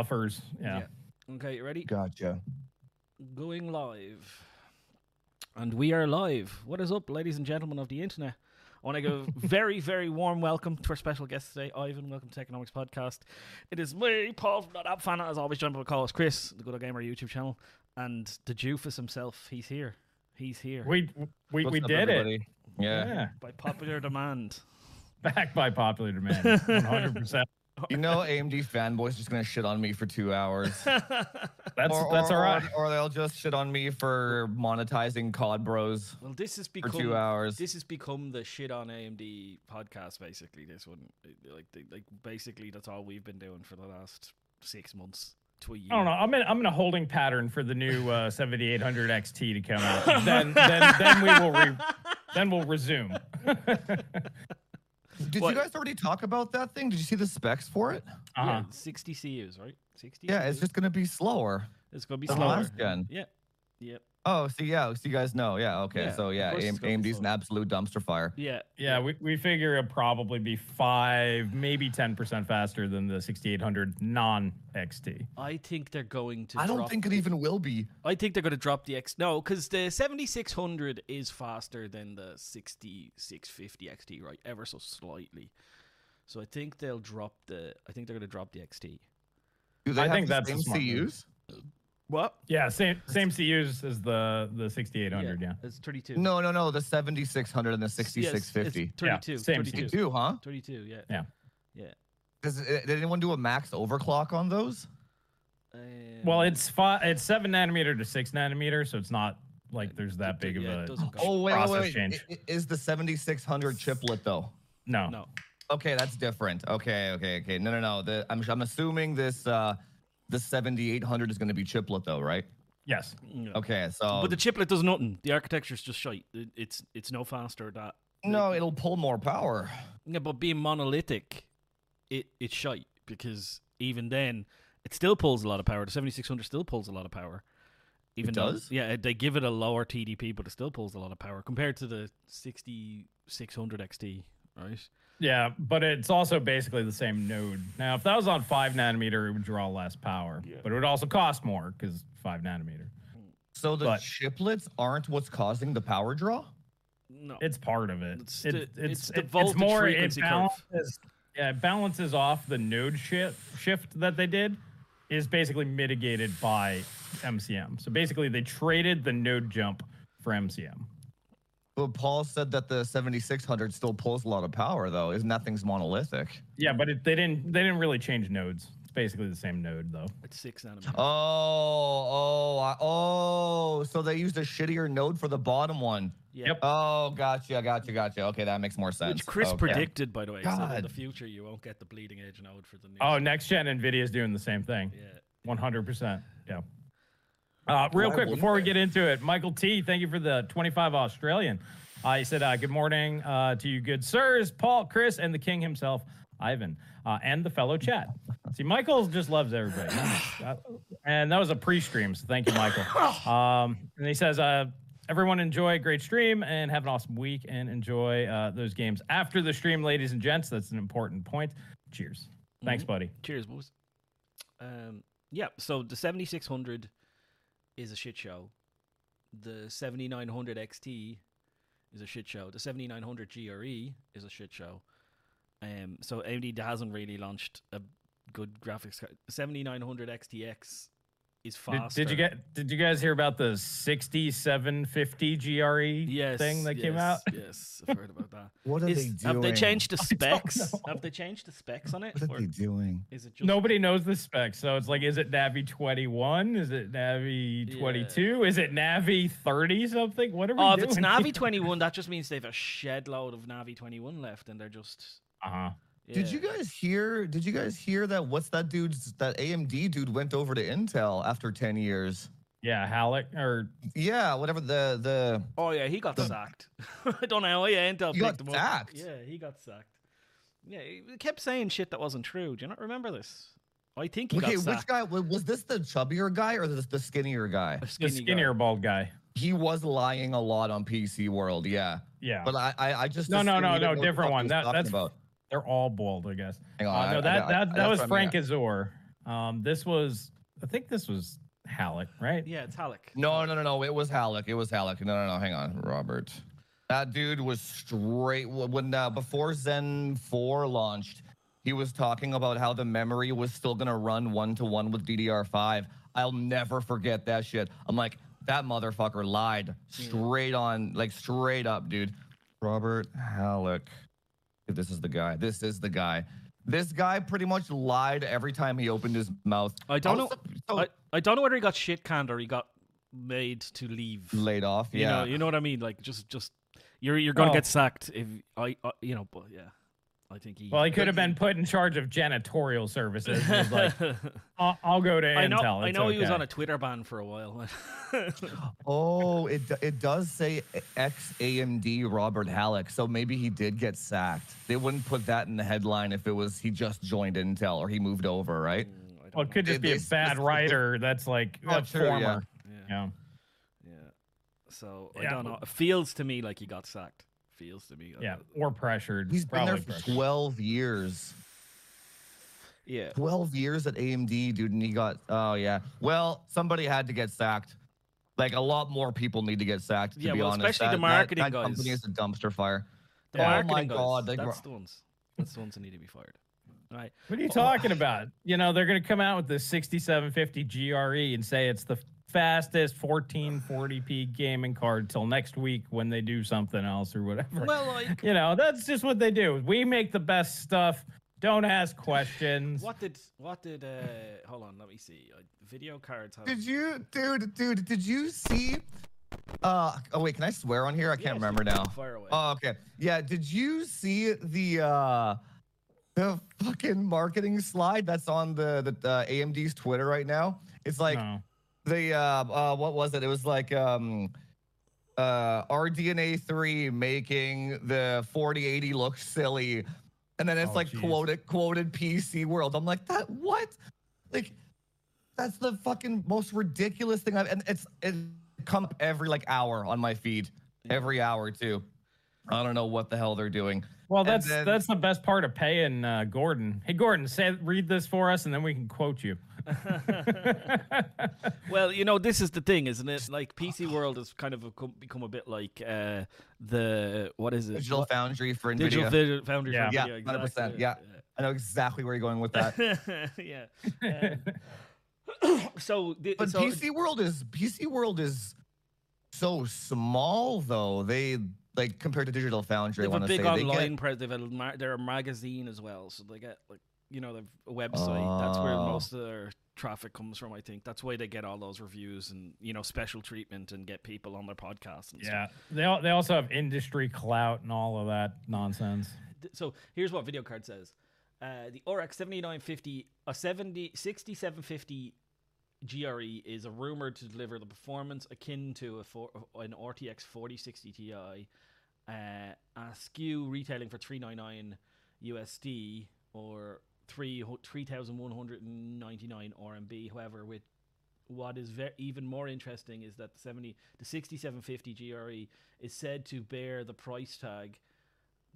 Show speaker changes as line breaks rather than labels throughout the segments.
buffers. Yeah.
Okay, you ready?
Gotcha.
Going live. And we are live. What is up, ladies and gentlemen of the internet? I want to give a very, very warm welcome to our special guest today, Ivan. Welcome to Economics Podcast. It is me, Paul from Not App Fan, as always, joined by my co-host Chris, the Good Old Gamer YouTube channel, and the Jufus himself. He's here. He's here
We we, we did it.
Yeah.
by popular demand.
Back by popular demand. 100%.
You know, AMD fanboys just gonna shit on me for two hours.
That's
or,
that's
or-
all right.
Or, or they'll just shit on me for monetizing COD Bros
Well, this has
for
become
two hours.
this has become the shit on AMD podcast. Basically, this one, like, they- like basically, that's all we've been doing for the last six months to a year.
I don't know. I'm in I'm in a holding pattern for the new uh, 7800 XT to come out. then then then we will re- then we'll resume. Uh-huh.
Did
What?
you guys already talk about that thing? Did you see the specs for it?
Uh-huh.
Yeah, 60 CUs, right? 60.
Yeah, it's
CUs?
just gonna be slower
it's gonna be
than
slower.
last gen.
Yeah, yeah,
Oh, so yeah, so you guys know. Yeah, okay.
Yeah,
so
of
yeah,
course it's
AM,
gonna be
AMD's an
slower.
absolute dumpster fire.
yeah.
Yeah, we, we figure it'll probably be five, maybe ten percent faster than the 6800 non XT.
I think they're going to.
I don't
drop
think it
the-
even will be.
I think they're going to drop the X. No, because the 7600 is faster than the 6650 XT, right? Ever so slightly. So I think they'll drop the. I think they're going to drop the XT.
Do they
I
have
think
the
that's a
same
smart move.
CUs?
What?
Yeah, same same CUs as the the 6800. Yeah,
It's 32.
No, no, no. The 7600 and the
Yes, it's
6650.
32.
Yeah, same
32.
They
CUs.
do, huh?
32, yeah.
Yeah.
Does, did anyone do a max overclock on those?
Um,
Well, it's five, it's seven nanometer to six nanometer, so it's not like there's that
d-
big of
yeah, it
a
doesn't go-
Oh wait, wait,
process
wait.
change.
I- i- Is the 7600 chiplet though?
no.
No.
Okay, that's different. Okay, okay, okay. No, no, no. The, I'm, I'm assuming this uh, the 7800 is going to be chiplet though, right?
Yes,
No.
Okay, so
But the chiplet does nothing. The architecture's just shite. It, it's it's no faster that.
no, it'll pull more power.
Yeah, but being monolithic, it it's shite because even then, it still pulls a lot of power. The seventy six hundred still pulls a lot of power. Even though-
does?
yeah, they give it a lower TDP, but it still pulls a lot of power compared to the sixty six hundred XT, right?
yeah, but it's also basically the same node. Now, if that was on five nanometer, it would draw less power, but it would also cost more because five nanometer.
So the
But-
chiplets aren't what's causing the power draw.
No,
It's part of it.
It's
It's
the-
it,
it's
it's,
the
it- it's
voltage
more it
frequency curve.
balances. Yeah, it balances off the node shift shift that they did is basically mitigated by MCM. So basically, they traded the node jump for MCM.
But Paul said that the 7600 still pulls a lot of power though. Is nothing's monolithic.
Yeah, but it, they didn't they didn't really change nodes. It's basically the same node though.
it's six nanometers.
Oh, oh, I- oh! So they used a shittier node for the bottom one.
yeah.
yep.
Oh, gotcha, gotcha, gotcha. Okay, that makes more sense.
Which Chris
Okay.
predicted, by the way. So in
God.
the future, you won't get the bleeding edge node for the new.
Oh, next gen Nvidia is doing the same thing.
yeah.
One hundred percent. Yeah. Uh, real quick
Why wouldn't
before we
they?
get into it, Michael T, thank you for the twenty-five Australian. Uh, he said, uh, "Good morning uh, to you, good sirs, Paul, Chris, and the King himself, Ivan, uh, and the fellow chat." See, Michael just loves everybody, Uh, and that was a pre-stream, so thank you, Michael. Um, and he says, uh, "Everyone enjoy a great stream and have an awesome week, and enjoy uh, those games after the stream, ladies and gents. That's an important point. Cheers. Thanks,
Mm-hmm.
buddy.
Cheers, boys. Um, yeah, so the 7600 is a shit show. The 7900 XT is a shit show. The 7900 GRE E is a shit show. Um, so AMD hasn't really launched a good graphics card. 7900 XTX
Did,
is fast.
did you get? Did you guys hear about the sixty-seven fifty E? GRE
yes,
thing that came out?
yes, Yes, I've heard about that.
What are
Is- have they changed the specs?
know.
Have they changed the specs on it?
What
or
are they doing?
is it just
Nobody knows the specs, so it's like, is it Navi twenty-one? Is it Navi twenty-two? Is it Navi thirty something? What are we
Oh, if
doing?
it's Navi 21, that just means they've a shed load of Navi 21 left and they're just.
Uh huh.
Did you
yeah.
guys hear? Did you guys hear that? What's that dude's? That AMD dude went over to Intel after ten years.
Yeah, Halleck or
Yeah, whatever the the.
Oh, yeah, he got
The-
sacked. I don't know. how Yeah, Intel
You
picked
got
him up.
sacked?
Yeah, he got sacked. Yeah, he kept saying shit that wasn't true. Do you not remember this? I think he got
okay, which
sacked.
guy wa- was this? The chubbier guy or the, the skinnier guy?
A
the
skinny guy.
skinnier bald guy.
He was lying a lot on PC World. Yeah,
Yeah,
but I I, I just
No, no,
assumed
no,
he didn't
no,
know what the
different
fuck he
one.
was
That-
talking
that's-
about.
they're all bald, I guess.
Hang
Uh,
on, I-
no,
I-
that
I-
that,
that's
that was
what I mean.
Frank Azor. Um, this was, I think this was Halleck, right?
Yeah, it's Halleck.
No, no, no, no. It was Halleck. It was Halleck. No, no, no. Hang on, Robert. That dude was straight when uh, before Zen Four launched. He was talking about how the memory was still gonna run one to one with DDR5. I'll never forget that shit. I'm like, that motherfucker lied straight on, like straight up, dude. Robert Halleck. This is the guy. This is the guy. This guy pretty much lied every time he opened his mouth.
I don't
was
know-
sup- Oh, so
I, I don't know whether he got shit canned or he got made to leave.
laid off.
You
Yeah.
know, you know what I mean. Like just just you're you're gonna
Well-
get sacked if I, I you know. But yeah, I think he.
Well, he could have been put in charge of janitorial services. He was like, I'll, I'll go to
I know.
Intel.
I
It's
know he was
okay."
on a Twitter ban for a while.
Oh, it do- it does say ex AMD Robert Halleck, so maybe he did get sacked. They wouldn't put that in the headline if it was he just joined Intel or he moved over, right?
Well, it could just
They-
be a bad
they specifically-
writer that's like
Oh,
a
true, yeah.
former.
Yeah.
Yeah.
Yeah. So I
Yeah.
don't know. It feels to me like he got sacked. Feels to me.
yeah, Or pressured.
Uh, He's been
Probably
there for
pressured.
12 years.
Yeah.
12 years at AMD, dude, and he got oh yeah. Well, somebody had to get sacked. Like a lot more people need to get sacked, to
Yeah,
be
well,
honest.
especially the
That-
marketing
that, that company
guys.
is a dumpster fire.
The
Oh my
marketing guys,
God, they
That's
gro-
the ones. That's the ones that need to be fired. All right.
What are
Oh.
you talking about? You know, they're going to come out with the 6750 GRE E and say it's the fastest 1440p gaming card till next week when they do something else or whatever.
Well, like,
you know, that's just what they do. We make the best stuff. Don't ask questions.
what did what did? uh Hold on, let me see. Uh, video cards. Have,
Did you, dude, dude, did you see? Uh, oh wait, can I swear on here? I
Yeah,
can't
sure,
remember now.
Fire away.
Oh, okay. Yeah. Did you see the uh the fucking marketing slide that's on the the uh, AMD's Twitter right now? It's like
No.
the uh, uh what was it? It was like um uh RDNA three making the 4080 look silly, and then it's
Oh,
like
geez.
quoted quoted PC world. I'm like that what? Like that's the fucking most ridiculous thing I've and it's it come up every like hour on my feed every hour too. I don't know what the hell they're doing.
Well,
And
that's
then-
that's the best part of paying uh, Gordon. Hey, Gordon, say read this for us, and then we can quote you.
Well, you know, this is the thing, isn't it? Like PC World has kind of become, become a bit like uh the what is it?
Digital
What-
Foundry for Nvidia.
Digital Vid- Foundry.
Yeah.
for
Yeah,
Nvidia,
100%,
exactly,
yeah. I know exactly where you're going with that.
yeah. Um, so, the,
But
so
PC World is PC World is so small though. They like compared to Digital
they
Foundry. I
have a
want to
big
say
online
they
presence. They've a ma- they're a magazine as well, so they get like you know they've a website. That's where
Oh.
most of their traffic comes from. I think that's why they get all those reviews and you know special treatment and get people on their podcasts. And
yeah, they al- they also have industry clout and all of that nonsense.
th- so here's what video card says uh, the RX 7950 a 70 6750 GRE E is a rumored to deliver the performance akin to a four, an RTX 4060 Ti uh, a SKU retailing for 399 USD or 3 3199 RMB however with what is ve- even more interesting is that the 70 the 6750 GRE E is said to bear the price tag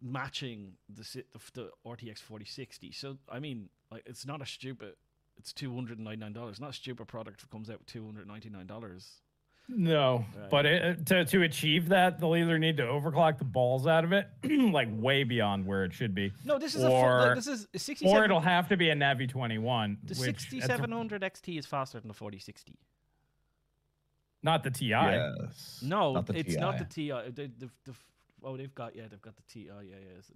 matching the si- the, the RTX 4060. So I mean, like it's not a stupid. It's two hundred and ninety nine dollars. Not a stupid product that comes out with two hundred ninety nine dollars.
No,
Right.
but it, to to achieve that, they'll either need to overclock the balls out of it, like way beyond where it should be,
No, this is a fu-
Or-
like, this is sixty
or it'll
seven.
have to be a Navi twenty one.
The sixty seven hundred XT is faster than the forty sixty.
not the Ti.
get yes.
No,
Not the
it's not
TI.
the TI. The, the, the, oh, they've got yeah, they've got the TI. Yeah, yeah. So-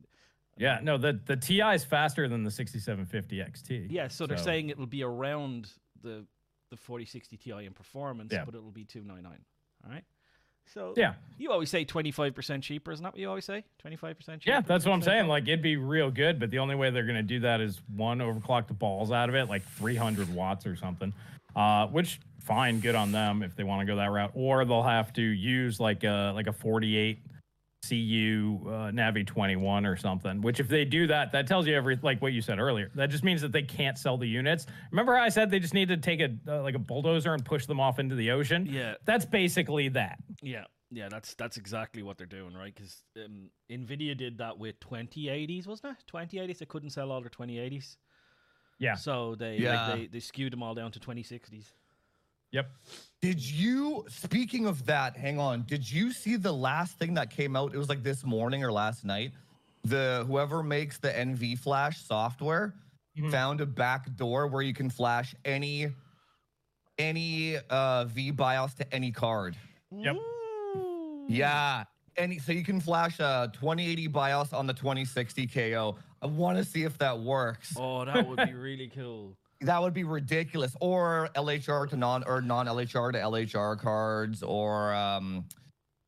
Yeah, no, the the Ti is faster than the 6750 XT.
Yeah, so they're
So-
saying it'll be around the the 4060 Ti in performance,
Yeah.
but it'll be 299. All right. So
Yeah.
you always say 25% cheaper, isn't that what you always say? 25% cheaper.
Yeah, that's what I'm
something
saying. Like it'd be real good, but the only way they're gonna do that is one overclock the balls out of it, like 300 watts or something. Uh, which fine, good on them if they want to go that route, or they'll have to use like a like a 48 CU uh, Navi 21 or something. Which if they do that, that tells you every like what you said earlier. That just means that they can't sell the units. Remember, I said they just need to take a uh, like a bulldozer and push them off into the ocean.
like- Yeah.
That's basically that.
Yeah. Yeah, that's that's exactly what they're doing, right? Because um, Nvidia did that with 2080s, wasn't it? 2080s, they couldn't sell all their 2080s.
Yeah.
So they
Yeah.
like, they they skewed them all down to 2060s.
Yep.
Did you, speaking of that, hang on. Did you see the last thing that came out? It was like this morning or last night. The whoever makes the NV Flash software
Mm-hmm.
Mhm.
found a back door where you can flash any any uh V BIOS to any card.
Yep.
Yeah. Any so you can flash a 2080 BIOS on the 2060 KO. I want to see if that works.
Oh, that would be really cool.
That would be ridiculous. Or LHR to non or non LHR to LHR cards, or um,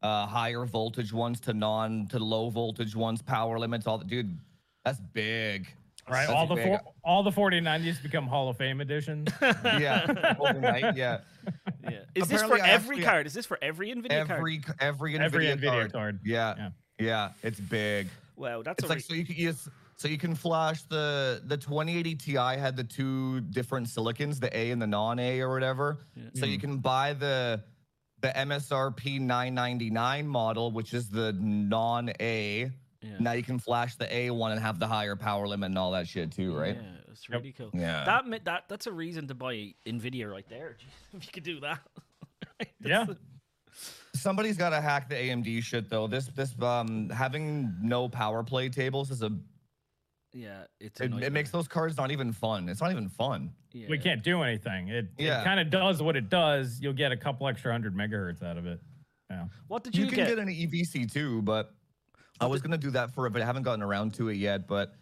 uh, higher voltage ones to non to low voltage ones. Power limits. All the dude, that's big.
Right.
That's
all the
big.
four, all the 4090s become Hall of Fame editions.
Yeah. overnight, yeah.
Yeah. Is this for
Apparently, I
every
actually-
card? Is this for every Nvidia card?
Every every Nvidia,
Every Nvidia
card.
card.
Yeah,
Yeah.
yeah. It's big.
Wow, that's
It's
a
like
re-
so you can yes, so you can flash the the 2080 Ti had the two different silicons, the A and the non-A or whatever.
Yeah. Mm.
So you can buy the the MSRP 999 model, which is the non-A.
yeah.
Now you can flash the A one and have the higher power limit and all that shit too, right?
Yeah, it's
Yep.
really cool.
Yeah.
That ma- that that's a reason to buy Nvidia right there. Jeez, if you could do that. Right,
Yeah.
that's-
Somebody's got to hack the AMD shit though. This this um having no power play tables is a
Yeah, it's a
it, it makes
nightmare.
those cards not even fun. It's not even fun.
yeah.
We can't do anything. It,
Yeah.
it kind of does what it does. You'll get a couple extra hundred megahertz out of it. Yeah.
What did
You,
you,
can
get?
get? an EVC too, but I was gonna do that for it, but I haven't gotten around to it yet. But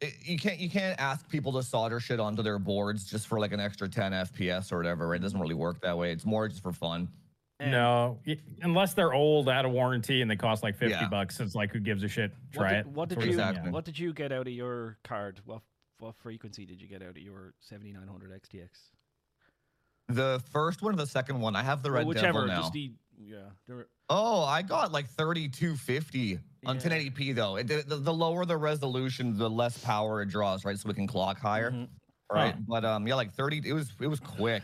it, you can't you can't ask people to solder shit onto their boards just for like an extra 10 FPS or whatever. Right? It doesn't really work that way. It's more just for fun.
Um,
No, y- unless they're old, out of warranty, and they cost like fifty
Yeah.
bucks. It's like, who gives a shit?
What
Try
did,
it.
What did
sort
you
of thing,
Exactly.
What did you get out of your card? What what frequency did you get out of your 7900 XTX?
The first one or the second one, I have the
Or
red
whichever,
devil now.
just the yeah. there-
Oh, I got like 3250 on
Yeah.
1080p though. It, the, the- the lower the resolution, the less power it draws, right? So we can clock higher,
Mm-hmm.
Mhm.
right? But um, yeah, like 30. It was it was quick.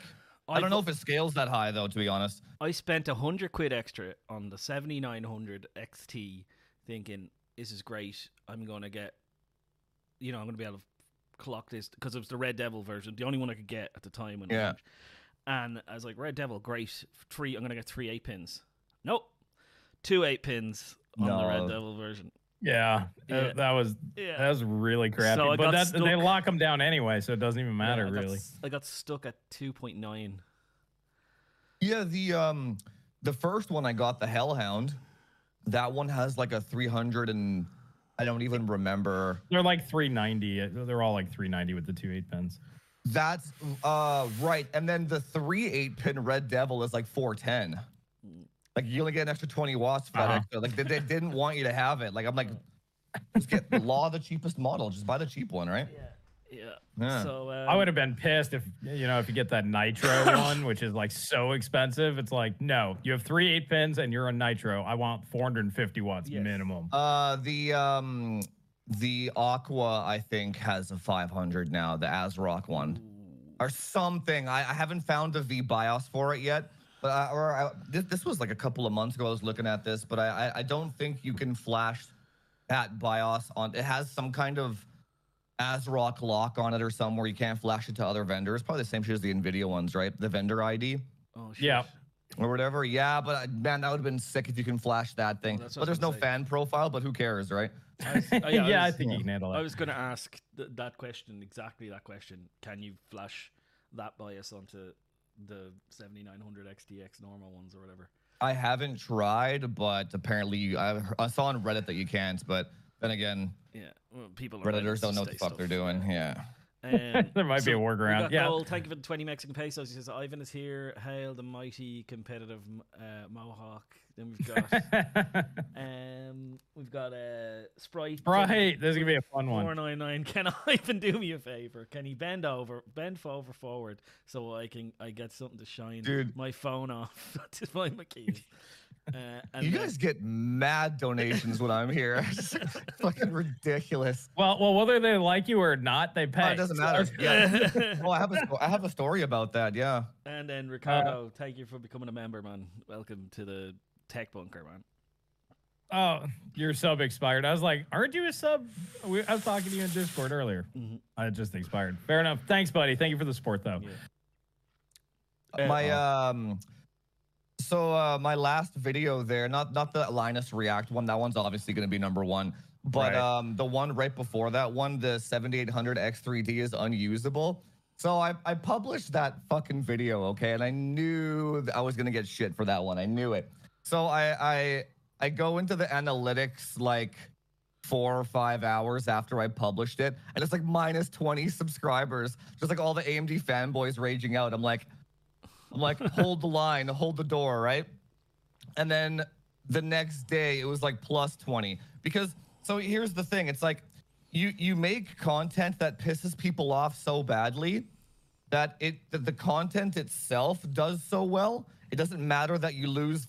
I don't know if it scales that high though, to be honest.
I spent a hundred quid extra on the 7900 XT, thinking this is great. I'm gonna get, you know, I'm gonna be able to clock this because it was the Red Devil version, the only one I could get at the time when it
Yeah.
launched. And I was like, Red Devil, great. Three, I'm gonna get three eight pins. Nope, two eight pins on the
No.
Red Devil version.
Yeah, uh,
Yeah.
that was
Yeah,
that was really crappy.
So I got
but that they
stuck.
lock them down anyway, so it doesn't even
Yeah,
matter
I got
really.
s- I got stuck at 2.9.
Yeah, the um the first one I got the Hellhound. That one has like a 300 and I don't even remember.
They're like three ninety. They're all like three ninety with the two eight pins.
That's uh right. And then the 3 8 pin Red Devil is like 410. Like you only get an extra 20 watts for
Uh-huh.
that extra. Like they, they didn't want you to have it. Like I'm like just get the law the cheapest model. Just buy the cheap one, right?
Yeah.
Yeah.
So um,
I would have been pissed if you know if you get that nitro one, which is like so expensive. It's like no, you have three eight pins and you're on nitro. I want four hundred and fifty watts
Yes.
minimum.
Uh the um the Aqua I think has a 500 now, the ASRock one. or something. I, I haven't found the V BIOS for it yet. But I, or I, this, this was like a couple of months ago. I was looking at this, but I, I, I don't think you can flash that BIOS on. It has some kind of ASRock lock on it or somewhere. You can't flash it to other vendors. Probably the same shit as the Nvidia ones, right? The vendor ID
Oh, shit.
Yeah.
or whatever. Yeah, but I, man, that would have been sick if you can flash that thing.
that's what
but
I was
there's no
gonna say.
fan profile. But who cares, right?
I was- oh,
yeah, I
was-
think you can handle
I
that.
was going to ask th- that question, exactly that question. Can you flash that bias onto the 7900 XTX normal ones or whatever?
I haven't tried, but apparently you, I, I saw on Reddit that you can't. But then again,
Yeah, well, people on
Redditors
Reddit
don't know what the
say
fuck they're
stuff,
doing.
yeah.
Yeah.
Um,
There might be a
we
workaround,
got
yeah.
Noel, thank you for the 20 Mexican pesos. He says, Ivan is here. Hail the mighty competitive uh, Mohawk. Then we've got um, we've got uh, Sprite.
right, this is gonna be a fun one.
499. Can Ivan do me a favor? Can he bend over, bend over forward so I can I get something to shine
Dude.
my phone off to find my keys? Uh, and
You
then-
guys get mad donations when I'm here. It's fucking ridiculous.
Well, well, whether they like you or not, they pay.
Oh, it doesn't matter.
So-
Yeah. Oh, I have a sto- I have a story about that. Yeah.
and then
Uh,
Ricardo, thank you for becoming a member, man. Welcome to the tech bunker, man.
Oh, your sub expired. I was like, aren't you a sub? We, I was talking to you in Discord earlier.
Mm-hmm.
Mhm.
I just expired. Fair enough. Thanks, buddy. Thank you for the support, though.
Yeah.
Uh, my um so uh my last video there not not the linus react one that one's obviously going to be number one but
Right.
um the one right before that one the 7800 x3d is unusable so I, I published that fucking video okay and i knew that i was going to get shit for that one i knew it so i i i go into the analytics like four or five hours after I published it, and it's like minus 20 subscribers. Just like all the AMD fanboys raging out. I'm like, I'm like, hold the line, hold the door, right? And then the next day it was like plus 20. Because so here's the thing, it's like you you make content that pisses people off so badly that it that the content itself does so well. It doesn't matter that you lose